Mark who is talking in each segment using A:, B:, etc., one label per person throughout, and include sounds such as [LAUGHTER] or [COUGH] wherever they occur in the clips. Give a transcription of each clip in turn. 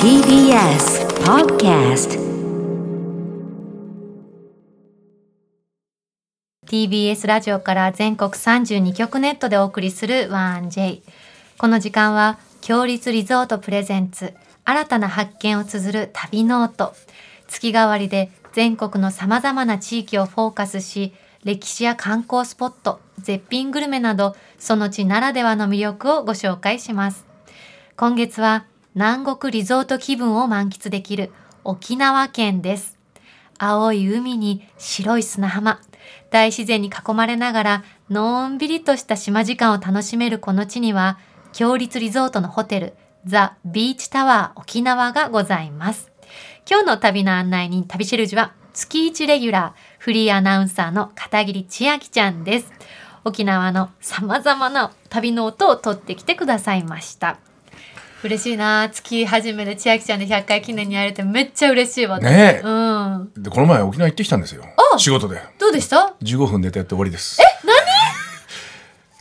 A: TBS Podcast
B: TBS ラジオから全国32局ネットでお送りする 1J この時間は強立リゾートプレゼンツ新たな発見を綴る旅ノート月替わりで全国のさまざまな地域をフォーカスし歴史や観光スポット絶品グルメなどその地ならではの魅力をご紹介します今月は南国リゾート気分を満喫できる沖縄県です青い海に白い砂浜大自然に囲まれながらのんびりとした島時間を楽しめるこの地には強立リゾートのホテルザ・ビーチタワー沖縄がございます今日の旅の案内人旅シェルジュは月1レギュラーフリーアナウンサーの片桐千秋ちゃんです沖縄のさまざまな旅の音を取ってきてくださいました嬉しいな月初めで千秋ちゃんで100回記念に会えるってめっちゃ嬉しいわ
C: ねえ
B: うん
C: でこの前沖縄行ってきたんですよ
B: あ
C: 仕事で
B: どうでした
C: 15分寝てやって終わりですえ何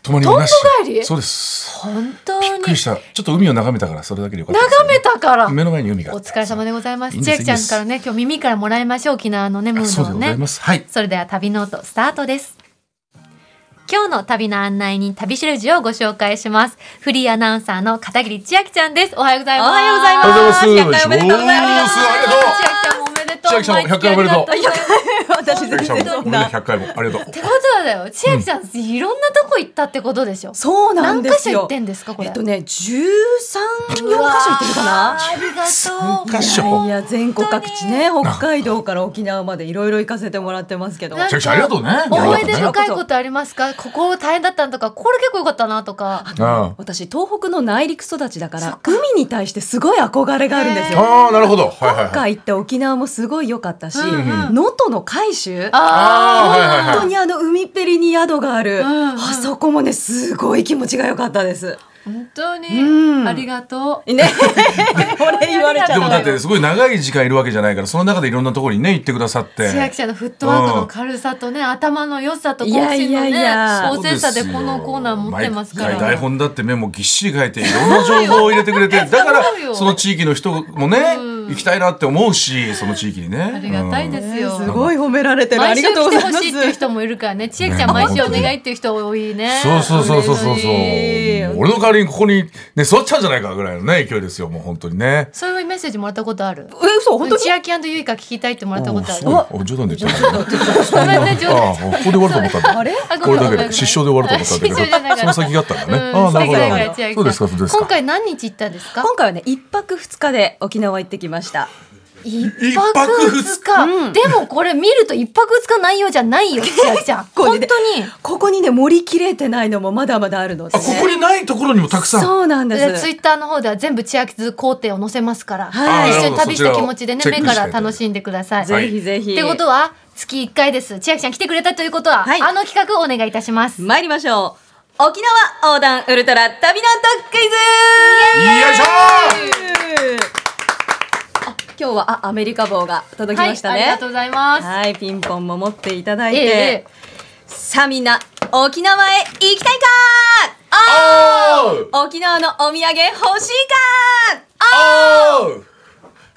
C: 泊まりもなし
B: とんぼ返り
C: そうです
B: 本当に
C: びっくりしたちょっと海を眺めたからそれだけでよかったです
B: 眺めたから
C: 目の前に海があ
B: お
C: って
B: 疲れ様でございます
C: いいんで
B: 千
C: す
B: 秋ちゃんからね今日耳からもらいましょう沖縄のねム
C: あ
B: ー
C: そ
B: ド
C: うで
B: を
C: ござい
B: ね
C: ますはい
B: それでは旅ノートスタートです今日の旅の案内人旅しるじをご紹介しますフリーアナウンサーの片桐千秋ちゃんですおはようございます
A: おはようござい
C: おはようござい
B: 100回おめ
C: ます
B: でとうございます
C: おーありがとう
B: 千秋ちゃんもおめでとう
C: 千秋ちゃんも100回おめでとう
B: 毎月ありがとう
A: 私全
C: 千秋ちゃん
A: 然
C: も
A: そん
C: 俺ね
A: な
C: 100回もありがとう
B: ってことだよ千秋ちゃん、いろんなとこ行ったってことでしょ
A: そうな
B: 何
A: んで
B: 箇
A: す
B: 所行
A: よ
B: ってんですかこれ
A: えっとね13、4箇所行ってるかな
B: ありがとう
C: 100箇
A: いやい
C: 所
A: や全国各地ね北海道から沖縄までいろいろ行かせてもらってますけど
B: なん
C: 千秋ちゃんありがとうね
B: 思い出
C: ありがとうね
B: 深いことありますかここ大変だったなとかこれ結構良かったなとか
C: あ
A: 私東北の内陸育ちだから海に対してすごい憧れがあるんです
C: あ
A: よ
C: ああなるほどはいはい
A: 今
C: はい
A: 回行った沖縄もすごい良かったし
B: うんうん
A: 能登の海州
B: あ
C: あーはいはい
A: 本
C: は
A: 当
C: い
A: にあの海っぺりに宿がある、
B: うんうん
A: あそこもねすごい気持ちが良かったです。
B: ー本当に、
A: うん
B: ありがとう
A: ね、 [LAUGHS] これ言われちゃった
C: でもだってすごい長い時間いるわけじゃないからその中でいろんなところにね行ってくださって
B: 千秋ちゃんのフットワークの軽さとね、頭の良さと好奇
A: い
B: 心の
A: やいやいや
B: ね高精査でこのコーナー持ってますから
C: 毎回台本だってメモぎっしり書いていろんな情報を入れてくれてだから
B: そうよ
C: その地域の人もね行きたいなって思うしその地域にね
B: ありがたいですすよ、
A: すごい褒められてる。あ
B: 毎
A: り
B: 週
A: がとう
B: 来て
A: ござい
B: ほ
A: ます。
B: しいっていう人もいるからね千秋ちゃん
C: ね
B: 毎週お願いっていう人多いね
C: そうそうそうそうそうそうもう
A: 嬉しい
C: 俺の代わりにここにね座っちゃうんじゃないかぐらいのね勢いですよもう本当にね
B: そういうメッセージもらったことある
A: え、嘘、本当に。
B: 千秋ゆいか聞きたいってもらった
C: お
B: こ
C: う
B: とあ
C: す
B: る
C: ごいお冗談で言っちゃった
B: ごめんね冗
C: ああ
B: 談
C: ここで終わると思ったんだ
A: [LAUGHS] あれ
B: あご
C: こ
B: めん
C: れだ
B: ごめん
C: けで失笑で終わると思ったんだけ
B: 失笑じゃなかっ
C: ど
B: た
C: その先があったんだね
B: うん
C: ああなるほ
B: 最後
C: どな
B: ぐ
C: る
B: らい
C: ほ
B: 千秋さ
C: ど
B: ん
C: そうですかそうです
B: 今
C: か
B: 回何日行ったんですか
A: 今回はね、一泊二日で沖縄行ってきました。
B: 一
C: 泊
B: 泊
C: 二
B: 二日、でもこれ見ると一泊二日内
A: [LAUGHS]
B: 容じゃないよ千秋ちゃん
A: これ
B: 本
A: で
B: 当に
A: ここにね、盛りきれてないのもまだまだあるので
C: あ
A: ね。
C: ここにないところにもたくさん
A: そうなんで
B: でツイ
A: す。
B: ッターの方では全部千秋津工程を載せますから、
A: はい
B: 一緒に旅した気持ちでね
C: あなる
B: 目
C: ほど
B: か
C: そちら
B: ら
C: をチェックして
B: 楽しんでください。
C: はい
A: ぜひぜひ。
B: ってことは月1回です千秋ちゃん来てくれたということは、
A: はい
B: あの企画をお願いいたします。
A: 参りましょう。沖縄横断ウルトラ旅の特クイズ。
C: よいしょ
A: あ今日はあアメリカ帽が届きました
B: は
A: ね。
B: い、ありがとうございます。
A: はい、ピンポンも持っていただいて、
B: ええ
A: さあみんな沖縄へ行きたいか
C: おう
A: あ沖縄のお土産欲しいか
C: おう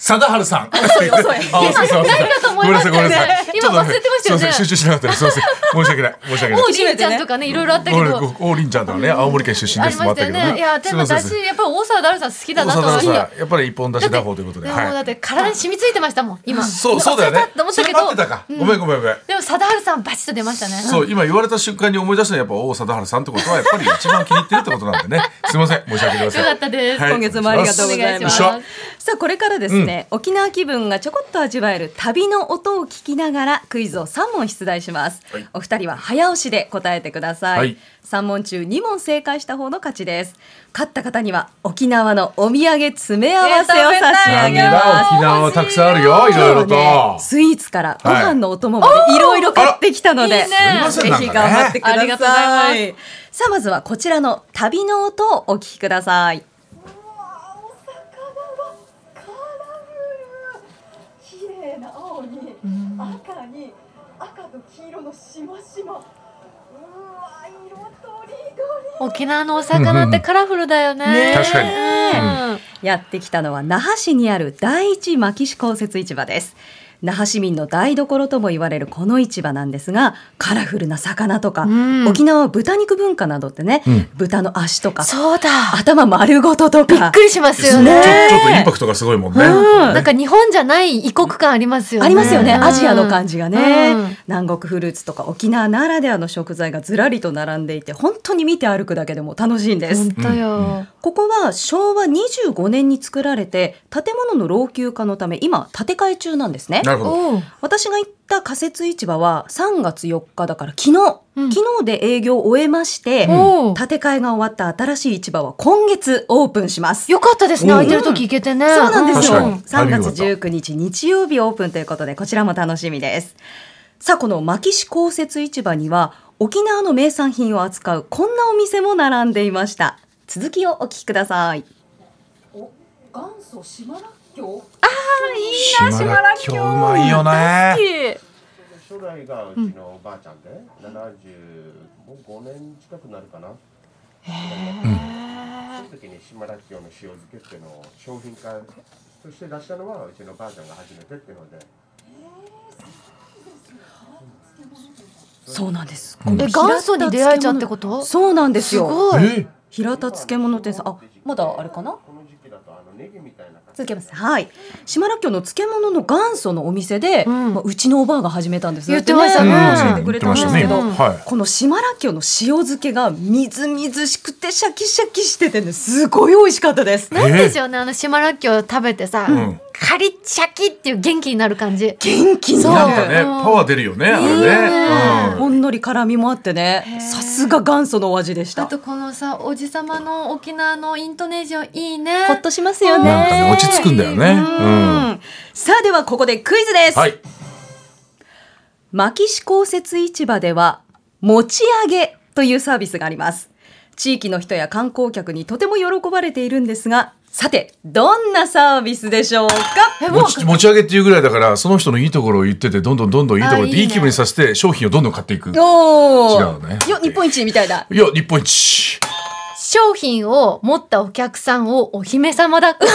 C: 貞治さん。遅い
A: 遅い
C: [LAUGHS] あ、遅い遅い遅い
B: 何かと思
C: ご
B: い
C: めん
B: ま
C: な
B: した
C: さ
B: よね
C: いごめんなさい。
B: 今
C: ちょっと待っ
B: 忘
C: て
B: れてましたよね
C: すいません集中しなかったです。すみません。申し訳ない。申し訳ない
B: もう。りんちゃんとかねいろいろあったけ
C: ごめん
B: ど
C: ごおりんちゃんとかね、青森県出身
B: あ
C: で
B: り
C: す
B: ま
C: もあっ
B: した
C: た
B: よ
C: けど
B: ね。いやでも
C: す
B: 私
C: い
B: やっぱり大沢ダルさん好きだな
C: ませ
B: と
C: ん。
B: 思っ
C: 長
B: て。
C: 田さん、やっぱり一本出し打法ということで。
B: でもだ
C: は
B: っ
C: い。
B: て体に染みついてましたもん今。
C: そうそうだよ
B: 忘れた
C: ね
B: って思っ。た
C: そ
B: け
C: れ
B: ど
C: 待ってたか。ごめんごめんごめん。
B: でも貞治さんバチッと出ましたね。
C: そう今言われた瞬間に思い出したのはやっぱ王貞治さんってことはやっぱり一番気に入ってるってことなんでねすいません申し訳ありません
B: よかったです
C: はい
A: 今月もありがとうございます。
C: お
B: お願
C: 願
B: いしま
A: さあこれからですね、沖縄気分がちょこっと味わえる旅の音を聞きながらクイズを3問出題します、
C: はい
A: お二人は早押しで答えてください、
C: はい
A: 3問中2問正解した方の勝ちです勝った方には沖縄のお土産詰め合わせを差し上
C: なん
A: げ
C: だ
A: ます
C: 沖縄はたくさんあるよいろいろと、
A: 今日はねスイーツからご飯のお供までいろいろ買ってきたので、
B: はいあら
C: すい
A: ぜ
C: ませ
A: ひ
C: んなんかね
A: 頑張ってください
B: ありがとうござい
A: さあまずはこちらの旅の音をお聞きください
D: 綺麗な青に、赤に赤と黄色のしましまうわ色とりどり
B: 沖縄のお魚ってカラフルだよね。
C: 確かに
B: うん
A: やってきたのは那覇市にある第一牧師公設市場です那覇市民の台所とも言われるこの市場なんですがカラフルな魚とか、
B: うん
A: 沖縄は豚肉文化などってね、
C: うん
A: 豚の足とか
B: そうだ。
A: 頭丸ごとと
B: びっ
A: か
B: くりしますよ
C: ちょ
B: ね。
C: ちょっとインパクトがすごいもんね。
A: うん
B: なんか日本じゃない異国感ありますよね。
A: ありますよね、
B: うん
A: アジアの感じがね、
B: うん
A: 南国フルーツとか沖縄ならではの食材がずらりと並んでいて本当に見て歩くだけでも楽しいんです、
B: 本当よ。
A: ここは昭和25年に作られて建物の老朽化のため今建て替え中なんですね
C: なるほど。
B: おう
A: 私が行った仮設市場は3月4日だから昨日、
B: うん
A: 昨日で営業を終えまして、
B: おう
A: 建て替えが終わった新しい市場は今月オープンします
B: よかったですね。
C: おう
B: 空いてる時行けてね。
A: そうなんですよ。
C: 確かにタイ
A: 3
C: ミングだっ
A: 月
C: た
A: 19日日曜日オープンということで、こちらも楽しみです。さあ、この牧師公設市場には、沖縄の名産品を扱うこんなお店も並んでいました。続きをお聞きください。
D: お元祖島らっきょう
C: 島らっきょううまいよね。
E: 初代がうちのおばあちゃんで、75年近くなるかな。その時に島らっきょうの塩漬けっていうのを商品化として出したのはうちのばあちゃんが初めてっていうので。
A: そうなんです。
B: え、元祖に出会えちゃうってこと
A: そうなんです
B: す
A: よ。
B: ごい。
C: え
A: 平田漬物店さん、あ、まだあれかな
E: この時期だとあのネギみたいな感じ
A: 続けます。はい。島らっきょうの漬物の元祖のお店で、う
B: うん
A: まあ、うちのおばあが始めたんです
B: 言ってましたね
A: 教えてくれたんですけど、
B: うん
C: はい
A: この島らっきょうの塩漬けがみずみずしくてシャキシャキしててね、すごい美味しかったです。
B: なんですよね、あの島らっきょう食べてさ、
C: ん
B: カリッシャキっていう元気になる感じ。
A: 元気に
B: そう
C: なん
A: な
C: か
A: る。
B: う
C: ね、
B: ん
C: パワー出るよね、あれ
B: ね
C: ね。うん
A: ほんのり辛みもあってね、さすが元祖のお味でし
B: あ
A: た。
B: とこのさ、おじさまの沖縄のイントネーションいいね。
A: ほっとしますよね。
C: なんかね、落ち着くんだよね。うん。
A: うんさあではここでクイズです。
C: はい。
A: 牧師公設市場では持ち上げというサービスがあります地域の人や観光客にとても喜ばれているんですがさてどんなサービスでしょうか
B: え、もう
C: 持ち持ち上げっていうぐらいだから、その人のいいところを言ってて、どんどんどんどんいいところ
B: あいい
C: で
B: ね
C: いい気分にさせて、商品をどんどん買っていく。いや、
A: おお
C: 違うね
A: よ日本一みたいな
C: 日本一。
B: 商品を持ったお客さんをお姫様抱っこ。ち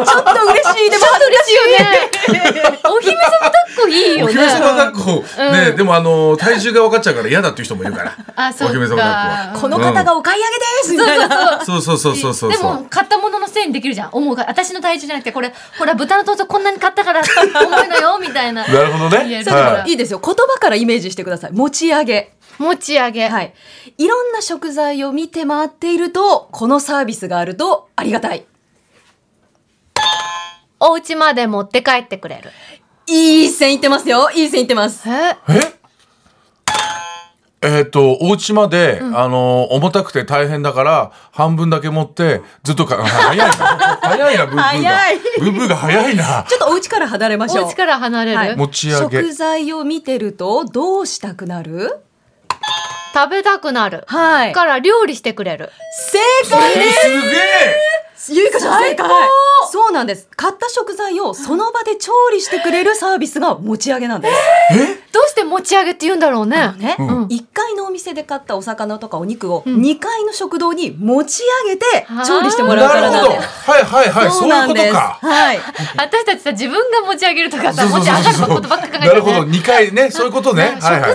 B: ょっ
A: ちょっと嬉しいでも
B: と嬉しいよね。 [LAUGHS] お姫様抱っこいいよ
C: お
B: ね。
C: 姫様抱っこ、
B: うん
C: ね、でもあの、体重が分かっちゃうから嫌だっていう人もいるから。
B: あ、そ
C: お姫
B: う
C: 様抱っ
B: か。
A: この方がお買い上げですみたいな
C: そうそうそうそうそう
B: で
C: そ
B: も
C: う。
B: 買ったもののせいにできるじゃん思うが私の体重じゃなくてこれほら豚のトーストこんなに買ったから重いのよみたいな
C: [LAUGHS] なるほど
B: 言え
C: ね。
B: る
A: そうだから
C: はい
A: いですよ言葉からイメージしてください持ち上げ
B: 持ち上げ、
A: はいいろんな食材を見て回っているとこのサービスがあるとありがたい
B: お家まで持って帰ってくれる
A: いい線いってますよいい線いってます
B: え
C: ええっ、と、お家まで、あの、重たくて大変だから、半分だけ持って、ずっとか、あ早いな。早いな、ブーブーが。
A: 早い
C: ブーブーが早いな。
A: ちょっとお家から離れましょう
B: お家から離れる、
A: はい
C: 持ち上げ
A: 食材を見てるとどうしたくなる
B: 食べたくなる、
A: はい
B: から料理してくれる
A: 正
C: えー、
A: 解
C: すげ
A: ゆいかちゃん正解そうなんです買った食材をその場で調理してくれるサービスが持ち上げなんです、
B: どうして持ち上げって言うんだろうね
A: ね、
B: うん
A: 1階のお店で買ったお魚とかお肉を
B: ん
A: 2階の食堂に持ち上げて調理してもらうから
C: えな
A: な
C: る
A: ん
C: ほど
A: で
C: はいはいはい、そういうことか。
A: はい
B: 私たちさ自分が持ち上げるとかさ
C: そう
B: 持ち
C: そう
B: 上が
C: そうそう
B: ることばっか考えて
C: なるほど、2回ね、そういうことね。
B: 食
C: はい
B: 材
C: はい。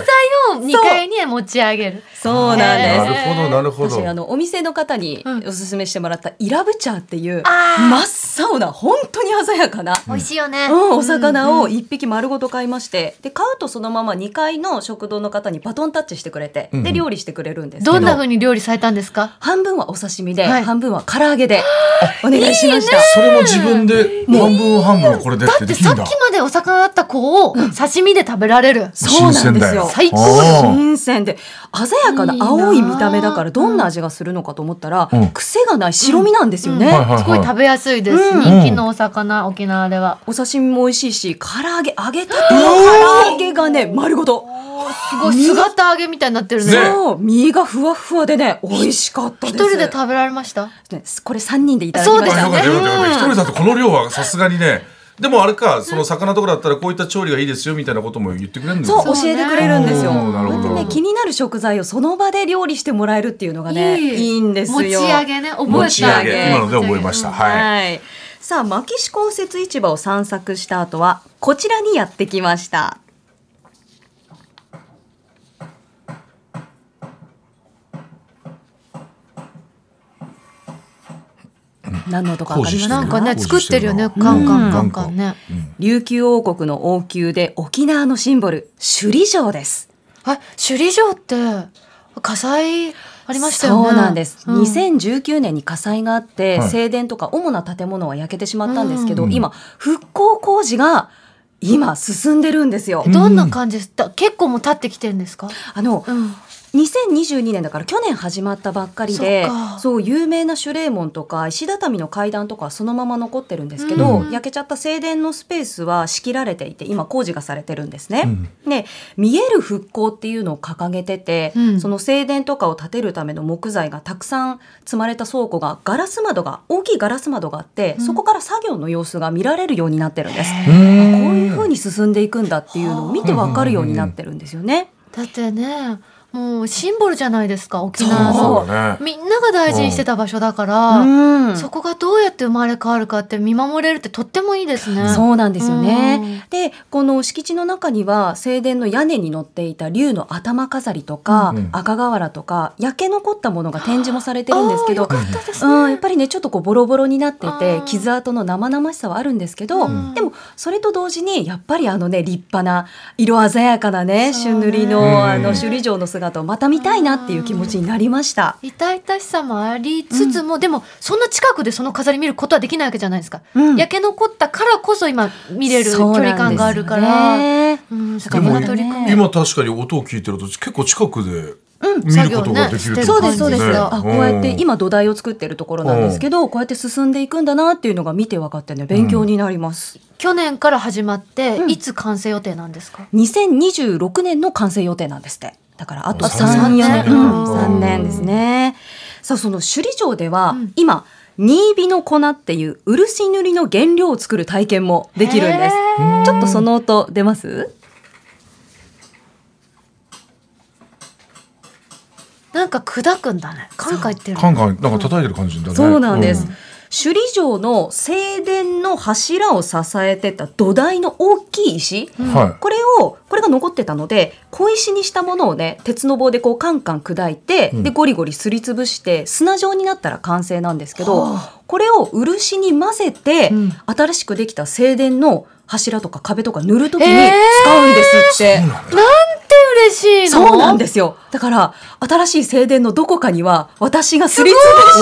B: を2階に持ち上げる
A: そうなんです、
C: なるほど、なるほ
A: 私
C: ど。
A: あのお店の方に
B: うん
A: おすすめしてもらったイラブチャーっていう
B: あー
A: 真っ青な本当に鮮やかな
B: 美味しいよね、
A: うん、お魚を1匹丸ごと買いまして、で買うとそのまま2階の食堂の方にバトンタッチしてくれて、
C: うんう
A: で
C: ん
A: 料理してくれるんですけど
B: どんな風に料理されたんですか
A: 半分はお刺身で、
B: はい
A: 半分は唐揚げでお願いしました。
C: それも自分で、半分半分これで
B: だ
C: って
B: って
C: できる
B: さっ
C: ん
B: き
C: だ。
B: までお魚だった子を刺身で食べられる
A: そうなんで
B: 新鮮だ
A: すよ。
B: よ最高
C: だよ
A: 新鮮で鮮やか
B: いいな
A: な
B: あ
A: 青い見た目だからどんな味がするのかと思ったら、
C: うん
A: 癖がない白身なんですよね。
C: うんはいはい
B: すごい食べやすいです、
A: うん
B: 人気のお魚沖縄では
A: お刺身も美味しいし、唐揚げ、揚げたての唐揚げがね、丸ごと。
B: すごい姿揚げみたいになってるね
C: ね
A: そう、身がふわふわでね、美味しかったです。
B: 一人で食べられました
A: ねこれ3人でいただきまし
B: そうで
A: た
B: す
C: あよかったよかったよかった
B: うん
C: 一人だとこの量はさすがにねでもあれかその魚とかだったらこういった調理がいいですよみたいなことも言ってくれるんです
A: そう
B: そう
A: 教えてくれるんですよ。
C: おーなるほど
A: こうやってね気になる食材をその場で料理してもらえるっていうのがねいいんですよ。
B: 持ち上げね、覚えた。
C: 持ち上
A: げ
C: 今ので覚えました
B: うん
C: はい
A: はい。さあ、牧師公設市場を散策した後は、こちらにやってきました。何の音か分かります
B: なんかね、
C: 工
B: 作
C: 事
B: っ
C: して
B: る
C: てる
B: よ
C: な
B: ね、カンカンカンカンね。
A: 琉球王国の王宮で沖縄のシンボル、首里城です。
B: あ、首里城って、火災ありましたよね。
A: そうなんです、
B: うん
A: 2019年に火災があって、
C: はい
A: 正殿とか主な建物は焼けてしまったんですけど、
C: うん
A: 今復興工事が今進んでるんですよ、
B: どんな感じですだ結構もう立ってきてるんですか
A: あの
B: うん。
A: 2022年だから去年始まったばっかりで
B: そっか
A: そう有名な守礼門とか石畳の階段とかはそのまま残ってるんですけど、
B: うん
A: 焼けちゃった正殿のスペースは仕切られていて今工事がされてるんですね。で見える復興っていうのを掲げてて、
B: うん
A: その正殿とかを建てるための木材がたくさん積まれた倉庫がガラス窓が大きいガラス窓があって、そこから作業の様子が見られるようになってるんです。こ
C: う
A: うんいうふうに進んでいくんだっていうのを見てわかるようになってるんですよね。
B: だってね、もうシンボルじゃないですか、沖縄の。
C: そうだね
B: みんなが大事にしてた場所だから、
A: うん
B: そこがどうやって生まれ変わるかって見守れるってとってもいいですね。
A: そうなんですよね。で、この敷地の中には、正殿の屋根に乗っていた竜の頭飾りとか、
C: うん
A: 赤瓦とか、焼け残ったものが展示もされてるんですけ
B: あー、
A: ど
B: よかったですね。
A: うん、やっぱりねちょっとこうボロボロになって
B: あ
A: て
B: ー
A: 傷跡の生々しさはあるんですけど、
B: うん
A: でもそれと同時にやっぱりあのね立派な色鮮やかなね
B: そうね
A: 朱塗りの,、あの
C: うん
A: 首里城の姿をまた見たいなっていう気持ちになりました。
B: 痛々しさもありつつも、でもそんな近くでその飾り見ることはできないわけじゃないですか、
A: うん
B: 焼け残ったからこそ今見れる距離感があるか
A: そうな
B: ら
A: んですよね
B: うんそ
C: で
B: こ
C: も
B: が取り組み
C: 今確かに音を聞いてると結構近くで見
B: 作
C: る
B: 業
C: ことができるって
B: ね
A: そうで
C: 感
A: す
C: じ
A: そうです、
C: ね
A: あこうやって
C: ん
A: 今土台を作ってるところなんですけど、こうやって進んでいくんだなっていうのが見て分かってね勉強になります、
B: 去年から始まって、
A: うん
B: いつ完成予定なんですか
A: 2026年の完成予定なんですってだからあと
C: あ
A: 3
C: 三
A: 年
C: 年
A: うん
C: うん
A: 三年ですねさあその首里城では、
B: うん
A: 今新火の粉っていう漆塗りの原料を作る体験もできるんです
B: へ
A: ちょっとその音出ます
B: なんか砕くんだねカンカンいってる
C: カンカンなんか叩いてる感じだね
A: そうなんです、
C: う
A: 首里城の正殿の柱を支えてた土台の大きい石、
C: は
A: これをこれが残ってたので小石にしたものをね鉄の棒でこうカンカン砕いて、
C: うん
A: でゴリゴリすりつぶして砂状になったら完成なんですけど、
B: は
A: これを漆に混ぜて、
B: うん
A: 新しくできた正殿の柱とか壁とか塗るときに
B: えー
A: 使うんですって、
B: 嬉しいの
A: そうなんですすよだから新しい正殿のどこかには私がすりつ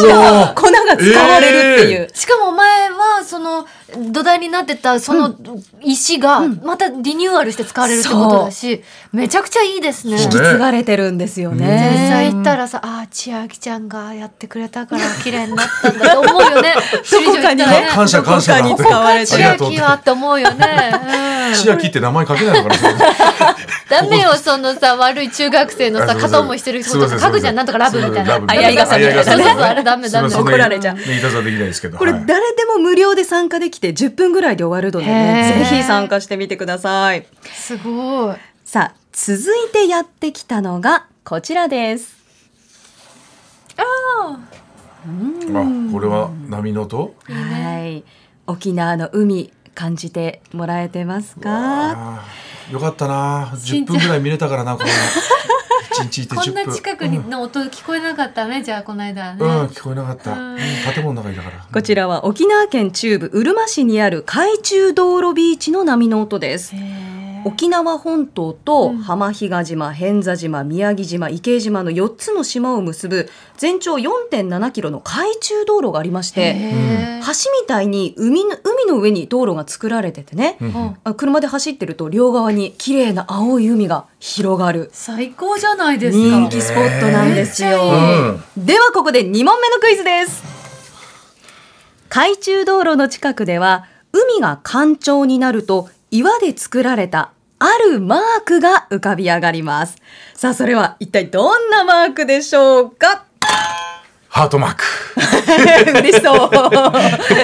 A: ぶした粉が使われるっていう、
B: しかもお前はその土台になってたその石がまたリニューアルして使われるってことだし、めちゃくちゃいいですね
C: そう
A: 引き継がれてるんですよ
B: 実
A: ね。
B: 際行ったらさ、ああ、千秋ちゃんがやってくれたから綺麗になったんだと思う
A: [LAUGHS]
B: よね。
A: どこかに
B: [LAUGHS] 首里
A: ね
B: 城行ったら
C: 感謝感謝
A: どこかに使われて
B: 千
A: る
C: ありがとう
B: 秋はって思うよね。うん、
C: い千秋って名前書けないのかな
B: ダメよ、そのさ、悪い中学生のさ、片思いしてる人とか、
C: すいません
B: 書くじゃん、なんとかラブみたいな。
C: すいません
A: あやりがさみたいな
B: そうそうそう、あれダメダメ。
C: すいません
A: 怒られちゃう
C: ね言い方はできないですけど
A: これ
C: はい
A: 誰でも無料で参加できて10分ぐらいで終わるのでね
B: へー
A: ぜひ参加してみてください
B: すごい。
A: さあ続いてやってきたのがこちらです
C: あこれは波の音
A: はい沖縄の海感じてもらえてますか
C: あーよかったな10分ぐらい見れたからなこの1日いて
B: こん
C: 10分
B: な近くにの音聞こえなかったね、じゃあ、この間
C: うんうん
B: ね。
C: 聞こえなかった
B: うん
C: うん建物の中いたから
A: こちらは沖縄県中部うるま市にある海中道路ビーチの波の音です沖縄本島と浜比嘉島、偏座島、宮城島、池江島の4つの島を結ぶ全長4.7キロの海中道路がありまして、
B: へー
A: 橋みたいに海の海の上に道路が作られててね、
C: うん
B: うん
A: あ車で走ってると両側に綺麗な青い海が広がる
B: 最高じゃないですか。
A: 人気スポットなんですよ、
C: めっち
A: ではここで2問目のクイズです海中道路の近くでは海が干潮になると岩で作られたあるマークが浮かび上がりますさあそれは一体どんなマークでしょうか
C: ハートマーク。
A: 嬉しそう。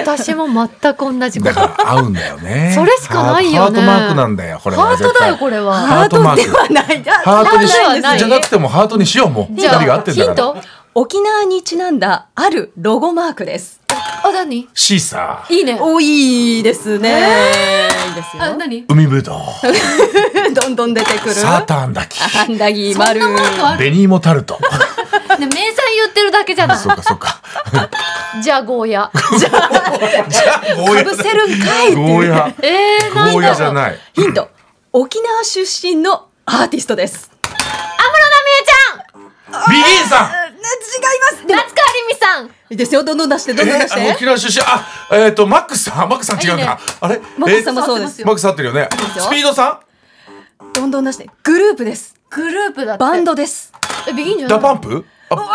B: 私も全く同じこ
C: だ
B: と。。
C: から合うんだよね
B: それしかないよね
C: ハートハートマークなんだよ、これは
B: ハートだよ、
C: 絶対
B: これは。
A: ハートではない。
C: ハートにし
B: ハートではない
C: じゃなくてもハートにしよう、もう。二
B: じ
C: 人が合
B: ゃ
C: っ
B: あ、
C: てん
B: ヒ
C: だ
B: ン
C: から。
B: ト
A: 沖縄にちなんだあるロゴマークです。
B: あ、何
C: シーサー、
B: いいね。
A: おいいですね。いいです
B: あ、
A: よ。
B: 何
C: 海ぶ
B: [LAUGHS]
C: どう、
A: どんどん出てくる。
C: サーターアンダキ、
B: [LAUGHS]
A: アンダギー丸。
B: そんなマークある
C: ベニーモタルト。
B: ね、名産言ってるだけじゃない。
C: そうか、そうか。
B: じゃあ、ゴーヤ。
C: じゃあ、ゴー
A: か
C: ヤ
A: ぶ。せるんかいって
C: ゴー
A: いう。
C: ヤ。
B: えー、なんだろう。
C: ゴーヤじゃない。
A: ヒント。沖縄出身のアーティストです。
C: ビギンさ
A: 違います。でも
B: 夏川りみさん。
A: ですよ。どんどん出して、どんどん出し
C: ん。え、沖
A: て。
C: 縄出身、あ、えっと、マックスさん、マックスさん違う
B: いいね
C: か。あれ、
A: マックスさんもそうで
C: え
A: すよ
C: マックス合ってるよね
A: す。よ
C: スピードさ
A: どんどん出して。グループです。
B: グループだって。
A: バンドです。
B: え、ビギンじ
C: ん、
B: ゃない
C: ダパンプ。あバン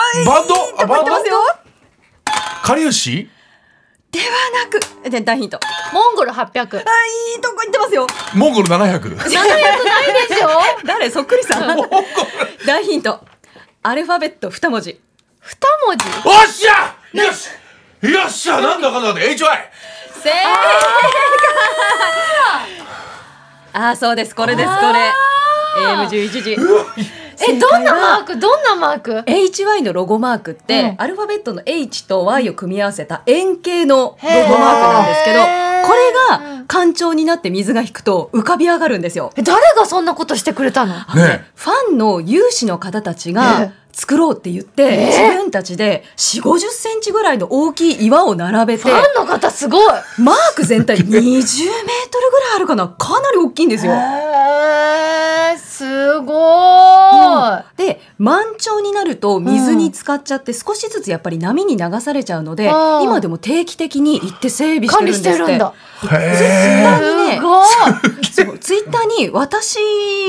C: ド、あ、バン
A: 入ってますよ
C: ド。。かりゆし。
A: ではなく、で大ヒント。
B: モンゴル800。
A: あいいとこ行ってますよ。
C: モンゴル七百。
B: 700ないでしょ
A: [LAUGHS] 誰そっく
C: [LAUGHS]
A: りさん。大ヒント。アルファベット二文字。
B: 二文字
C: おっしゃ。よし。よっしゃ、なんだかんだで、H. Y.。
A: 正解。ああそうですこれですこれ。AM 十一時。
B: え、どんなマークどんなマーク
A: HY のロゴマークって、
B: うん
A: アルファベットの H と Y を組み合わせた円形のロゴマークなんですけど
B: へー
A: これが干潮になって水が引くと浮かび上がるんですよ。
B: え、誰がそんなことしてくれたの
C: ね。
A: ファンの有志の方たち
B: ええ
A: が作ろうって言って、自分たちで4、50センチぐらいの大きい岩を並べて
B: フ、ァンの方すごい
A: マーク全体20メート
B: [LAUGHS]
A: ルぐらいあるかなかなり大きいんですよ。
B: えー、すご
A: うん
B: ーい、
A: で満潮になると水に浸かっちゃって少しずつやっぱり波に流されちゃうので、
B: うん
A: 今でも定期的に行って整備して
B: 管理
A: るんで
B: し
A: すってて
B: るんだ
C: へ
A: ー
B: すごい
A: そうツイッターに私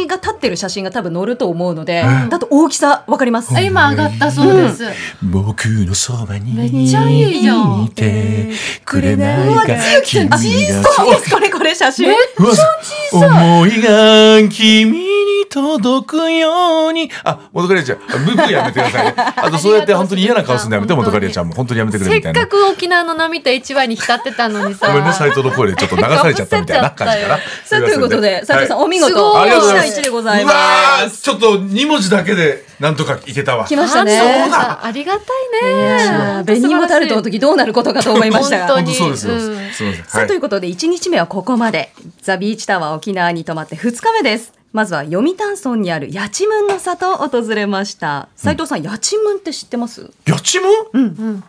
A: が立ってる写真が多分載ると思うので、
C: うん
A: だと大きさわかります、
B: あ今上がったそうです、
C: ー僕のそばに。
B: めっちゃいいじゃん
C: いてくれな
A: うわ
C: いか
A: 千。秋さん小さいですこれこれ写真
C: うわ思いが君に届くようにあ元カレちゃんあブーブーやめてくだ [LAUGHS] さいねあとそうやって本当に嫌な顔するのやめて
B: 本当
C: 元
B: に
C: カレちゃんも本当にやめてくれ
B: せ
C: み
B: った
C: いな
B: かく沖縄の波と一番に浸ってたのにさ
C: ごめんね斎藤の声でちょっと流されちゃったみたいな感じかな
A: さあということで斉藤さん、お見事
B: すごい
C: ありがとうご
A: 1
C: ざいま
A: 対
C: す
A: 1でございう
C: わ
A: ま
C: ー
A: す
C: ちょっと二文字だけでなんとかいけたわ
A: 来ました
B: ファンの
A: ね
B: 方ありがたい
A: い
B: ね
A: やーベニモタルトの時どうなることかと思いましたが
B: 本当
C: 本
B: に
C: 当そうですよ、
B: うん
C: すみません
A: さあ、
C: はい
A: ということで1日目はここまでザ・ビーチタワー沖縄に泊まって2日目ですまずは読谷村にある八千文の里を訪れました斉藤さん、八千文って知ってます
C: やちむん
B: うん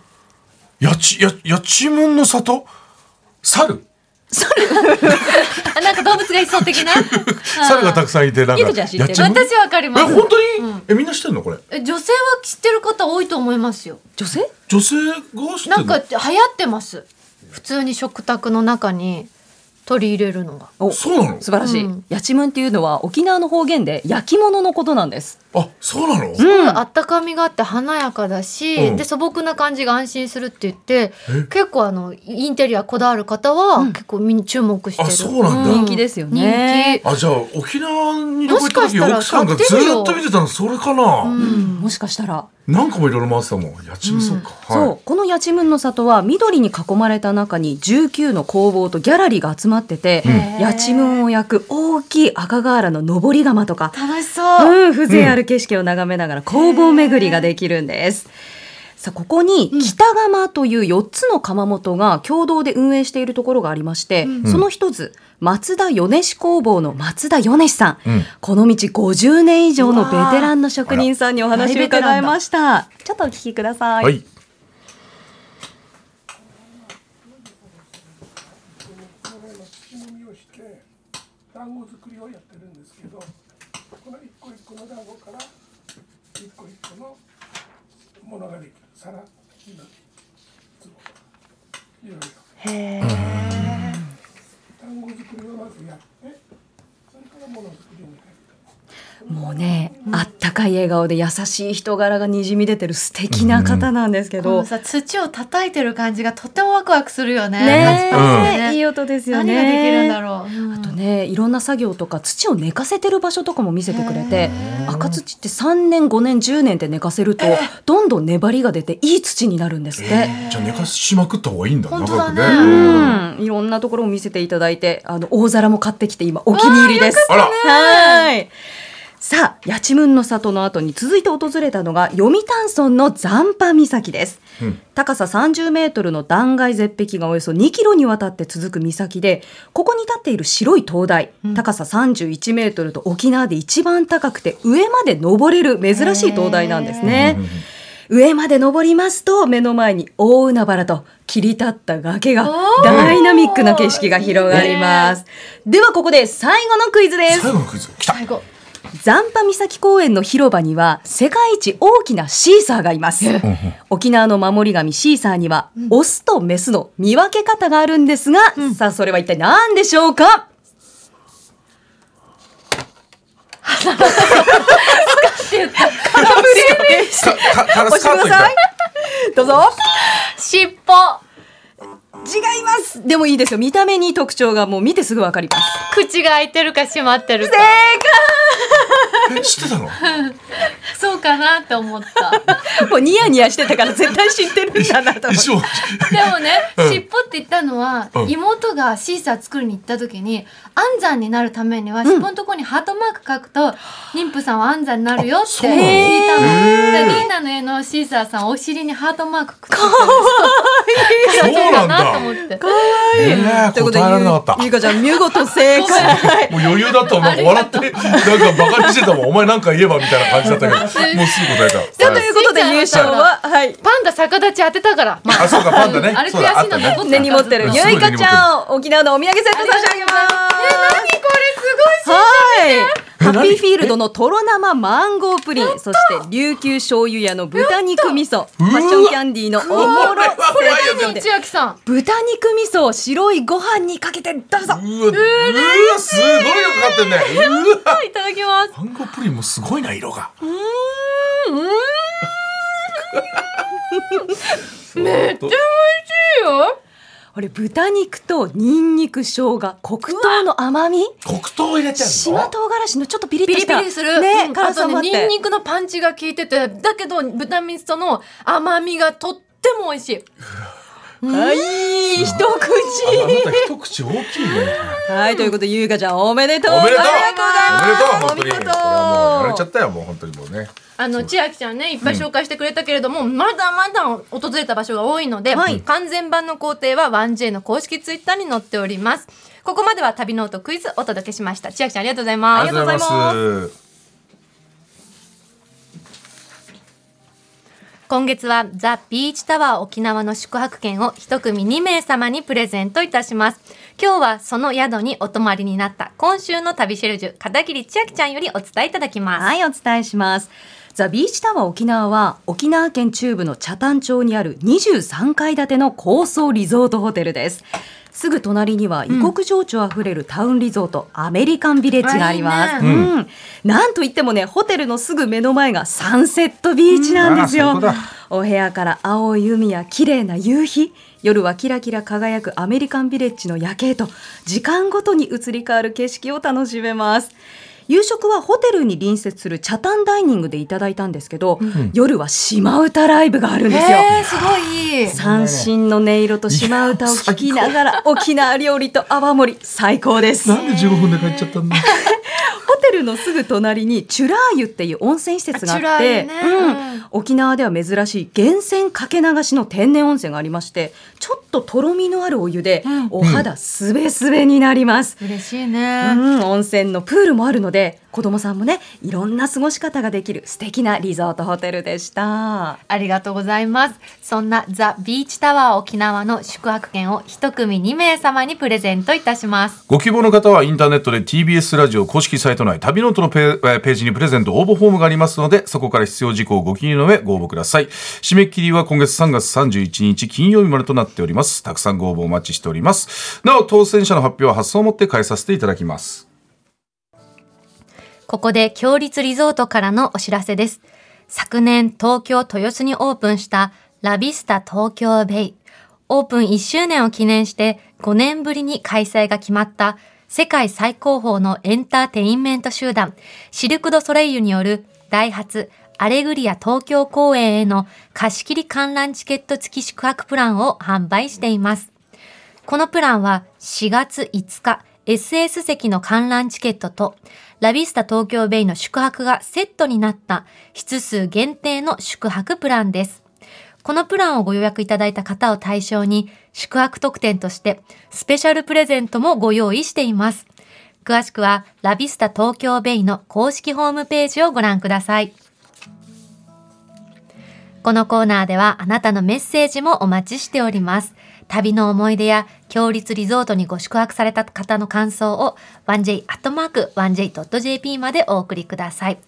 C: やちややちむんの里猿
B: あなんか動物がいそう的な
C: [LAUGHS] 猿がたくさんいてなんか
A: ゆうちゃん知ってる
C: やちむん
B: 私わかり
C: え
B: ます
C: 本当に、えみんな知ってんのこれ
B: え女性は知ってる方多いと思いますよ
A: 女性
C: 女性が知ってん
B: な
C: の
B: んか流行ってます普通に食卓の中に取り入れるのが
A: お素
C: そうなの
A: 晴らしい、
B: うん
A: 八千文っていうのは沖縄の方言で焼き物のことなんです
C: あそうなの、
B: すごいあったかみがあって華やかだし、
C: うん
B: で素朴な感じが安心するって言って結構あのインテリアこだわる方は結構みんな注目してる、
C: あそうなんだ
A: 人気ですよね
C: あじゃあ沖縄に旅行行った
B: もしかし
C: 時
B: たら
C: 奥さんがずーっと見てたのそれかな、
B: う
A: うん
B: ん
A: もしかしたら、
C: 何個もいろいろ回ってたもんやちむそうか、
A: そ
C: は
A: うこの八千文の里は緑に囲まれた中に19の工房とギャラリーが集まってて、
B: うん
A: 八千文を焼く大きい赤瓦の上り窯とか
B: 楽しそう、
A: うん、風情ある景色を眺めながら工房巡りができるんです。さあここに北釜という4つの窯元が共同で運営しているところがありまして、その一つ松田米志工房の松田米志さん、
C: うん
A: この道50年以上のベテランの職人さんにお話を伺いましたちょっとお聞きくださ
C: い
A: い、
C: はい
F: 仕組みをして団子作りをやってるんですけどこの一個一個の団子から一個一個のものができる皿ひな壺いろいろ
B: へ
F: 団子作りをまずやってそれからものづくりに入る
A: もうねあったかい笑顔で優しい人柄がにじみ出てる素敵な方なんですけ
B: こ
A: ど、
B: のさ土を叩いてる感じがとてもワクワクするよね。
A: ねえ、
B: うん
A: いい音ですよ
B: 何
A: ね
B: ができるんだろう。うん
A: あとねいろんな作業とか土を寝かせてる場所とかも見せてくれて
B: へー
A: 赤土って3年5年10年って寝かせるとどんどん粘りが出ていい土になるんですって。
C: じゃあ寝かしまくった方がいいんだ
B: 本当だね
C: 長く
A: う
C: ね
A: ん、いろんなところを見せていただいて、あの大皿も買ってきて今お気に入りです。
C: あら
A: はい。さあ、八千の里の後に続いて訪れたのが読谷村の残波岬です。
C: うん
A: 高さ30メートルの断崖絶壁がおよそ2キロにわたって続く岬で、ここに立っている白い灯台、高さ31メートルと沖縄で一番高くて上まで登れる珍しい灯台なんですね。上まで登りますと目の前に大海原と切り立った崖が
B: おー
A: ダイナミックな景色が広がります。ではここで最後のクイズです。
C: 最後のクイズ来た
B: 最後。
A: 残波岬公園の広場には世界一大きなシーサーがいます。沖縄の守り神シーサーには、オスとメスの見分け方があるんですが、さあそれは一体何でしょうか
C: かかから
A: 押
C: ス
A: して
C: カー
A: く
C: ト
A: だ
C: みた
A: さい
C: い。
A: どうぞ。
B: 尻尾。
A: 違います。でもいいですよ。見た目に特徴がもう見てすぐわかります。
B: 口が開いてるか閉まってるか。
C: え知ってたの
B: そうかなって思った。
A: もうニヤニヤしてたから絶対知ってるんだなと思って。
C: 一応
B: [LAUGHS] でもね、
C: うん
B: 尻尾って言ったのは、
C: うん
B: 妹がシーサー作りに行った時に安産になるためには尻尾のところにハートマーク書くと、妊婦さんは安産になるよって
C: そうなの
B: 聞いたの。
C: へー
B: でリーナの絵のシーサーさんお尻にハートマークくっつけ
C: そう
B: てる
C: な
B: か
C: ん
B: なと
C: だ
B: 思
C: ね
B: って。
C: え
A: という
C: 答え
A: ことで
C: られなかった
A: ゆゆいかちゃん見事正解。
C: もう余裕だったなんか笑ってなんかバカにしてたもんお前なんか言えばみたいな感じだったけどもうすぐ答えた
A: ということで優勝ははい。
B: パンダ逆立ち当てたから。ま
C: あそうかパンダね
B: あれ悔しい
C: そうだあった
B: の
C: ね
B: 残って
A: 根に持ってる
C: うん
A: ゆいかちゃんを沖縄のお土産セット差し上げます。
B: 何これすごい
A: はい。ハ
C: 何
A: ッピーフィールドのとろ生マンゴープリン、そして琉球醤油屋の豚肉味噌、ファッションキャンディーのおもろセット
B: 何
A: で
B: 千秋さん。
A: 豚肉味噌を白いご飯にかけてどうぞ。
C: うわうわすごいよかかってんねうわ
B: いただきます。
C: マンゴープリンもすごいな色がめっちゃ
B: いいよ。
A: これ豚肉とニンニク生姜、黒糖の甘み。
C: 黒糖を入れちゃうの
A: 島唐辛子のちょっとピリッと
B: ピ
A: し
B: リピ
A: た
B: リする。
A: ね、
B: うん
A: 辛
B: あ
A: さ
B: と
A: もあっ
B: ね、ニン
A: て
B: ニクのパンチが効いてて、だけど豚味噌の甘みがとっても美味しい。
A: はい一
C: ああ
A: 口
C: なた一口大きいね
A: はいということで優香ちゃんおめでとう
C: おめでとう
A: あ
C: おめでとう本当
A: り
C: にこ
A: がとう
C: れ
A: ござい
C: はもうやら
A: ま
C: れちゃっ
A: すお見事
C: たよもう本当にもうね
B: あの千秋ちゃんねいっぱい紹介してくれたけれども、まだまだ訪れた場所が多いので、
A: はい
B: 完全版の工程は 1J の公式ツイッターに載っておりますここまでは旅ノートクイズお届けしました千秋ちゃんありがとうございます
A: がとうございます
C: ありがとうございます
B: 今月はザ・ビーチタワー沖縄の宿泊券を一組2名様にプレゼントいたします今日はその宿にお泊まりになった今週の旅シェルジュ片桐千秋ちゃんよりお伝えいただきます、
A: はいお伝えしますザ・ビーチタワー沖縄は沖縄県中部の北谷町にある23階建ての高層リゾートホテルですすぐ隣には異国情緒あふれるタウンリゾート、アメリカンビレッジがあります
B: あいい
A: うん、なんといってもねホテルのすぐ目の前がサンセットビーチなんですよ、
C: うんあら最高だ
A: お部屋から青い海や綺麗な夕日夜はキラキラ輝くアメリカンビレッジの夜景と時間ごとに移り変わる景色を楽しめます夕食はホテルに隣接する茶炭ダイニングでいただいたんですけど、夜は島唄ライブがあるんですよ、
B: へーすごいいい
A: 三振の音色と島唄を聴きながら沖縄料理と泡盛り最高です
C: なんで15分で帰っちゃったんだ
A: ホテルのすぐ隣にチュラー湯っていう温泉施設が
B: あ
A: あっ
B: チュラー湯
A: て、
B: ね
A: うん沖縄では珍しい源泉かけ流しの天然温泉がありましてちょっととろみのあるお湯で
B: うん
A: お肌すべすべになります。
B: 嬉しいうね、
A: ん、温泉のプールもあるので子供さんもねいろんな過ごし方ができる素敵なリゾートホテルでした。
B: ありがとうございます。そんなザ・ビーチタワー沖縄の宿泊券を一組2名様にプレゼントいたします。
C: ご希望の方はインターネットで TBS ラジオ公式サイト内旅ノートのペえーページにプレゼント応募フォームがありますのでそこから必要事項をご記入の上ご応募ください締め切りは今月3月31日金曜日までとなっておりますたくさんご応募お待ちしておりますなお当選者の発表は発送をもって返させていただきます
B: ここで強立リゾートからのお知らせです。昨年東京豊洲にオープンしたラビスタ東京ベイ。オープン1周年を記念して5年ぶりに開催が決まった世界最高峰のエンターテインメント集団シルク・ドゥ・ソレイユによるダイハツアレグリア東京公演への貸し切り観覧チケット付き宿泊プランを販売しています。このプランは4月5日 SS 席の観覧チケットとラビスタ東京ベイの宿泊がセットになった室数限定の宿泊プランです。このプランをご予約いただいた方を対象に宿泊特典としてスペシャルプレゼントもご用意しています。詳しくはラビスタ東京ベイの公式ホームページをご覧ください。このコーナーではあなたのメッセージもお待ちしております。旅の思い出や、強立リゾートにご宿泊された方の感想を 1j.1j.jp までお送りください。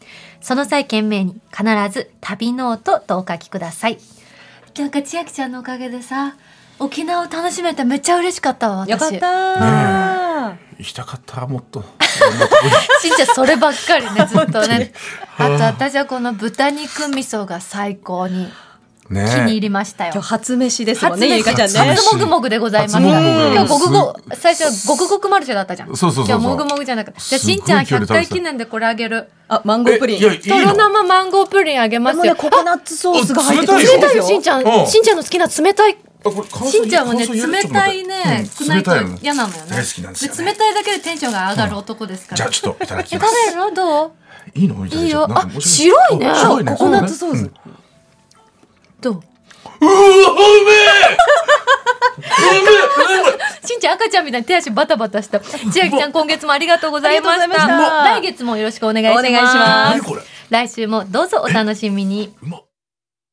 B: その際、件名に必ず旅ノートとお書きください。なんか千秋ちゃんのおかげでさ、沖縄を楽しめてめっちゃ嬉しかったわ、私。
A: よかった、
C: 行きたかったもっと
B: しんちゃんそればっ [LAUGHS] かりね、ずっとね。あと私はこの豚肉味噌が最高に
C: ね
B: 気に入りましたよ
A: 今。日初飯ですもんね、
B: 初飯
A: ゆいかちゃんね。
B: 初もぐもぐでございました。
C: 初もぐもぐ
B: 今日ごくごく、最初はごくごくマルシェだったじゃん。
C: そうそうそうそ
B: 今
C: う
B: 日もぐもぐじゃなくて。じゃあ、しんちゃん
C: すごい距離
B: 100
C: 食べ
B: 回
C: てた
B: 記念でこれあげる。
A: あ、マンゴ
C: え
A: ープリン。
C: いやいい
B: とろ
C: の
B: 生マンゴープリンあげま
A: ですもね、
B: よ。
A: ココナッツソースが入って
C: あ
A: く
C: 冷
A: る
B: 冷
C: た
B: た
C: い
B: い
C: よ
B: よ、しんちゃん
C: うん。
B: しんちゃんの好きな冷たい。
C: あこれ感想
B: しんちゃんはね、
C: 感想言え
B: 冷
C: る
B: たいね、
C: ちょっ
B: な
C: と待っ
B: いと
C: てうん冷たいの
B: 嫌なのよね。
C: 大好きなんですよね
B: 冷たいだけでテンションが上がる男ですから。
C: じゃあちょっといただき
B: え食
C: ます
B: べるどう
C: いいのいただ
B: いい
C: ちゃ
B: よ
C: う。なん
B: あ
C: か、面
B: 白いね。
C: うん白いね
B: ココナッツ
C: そう
B: ソース。どうしんちゃん赤ちゃんみたいに手足バタバタした。千秋ちゃん今月もありがとうございま
A: あ
B: し。
A: りがとうございましたた
B: 来月もよろしくお願いします。
A: お願いします
C: 何これ
B: 来週もどうぞお楽しみに。
C: うまっ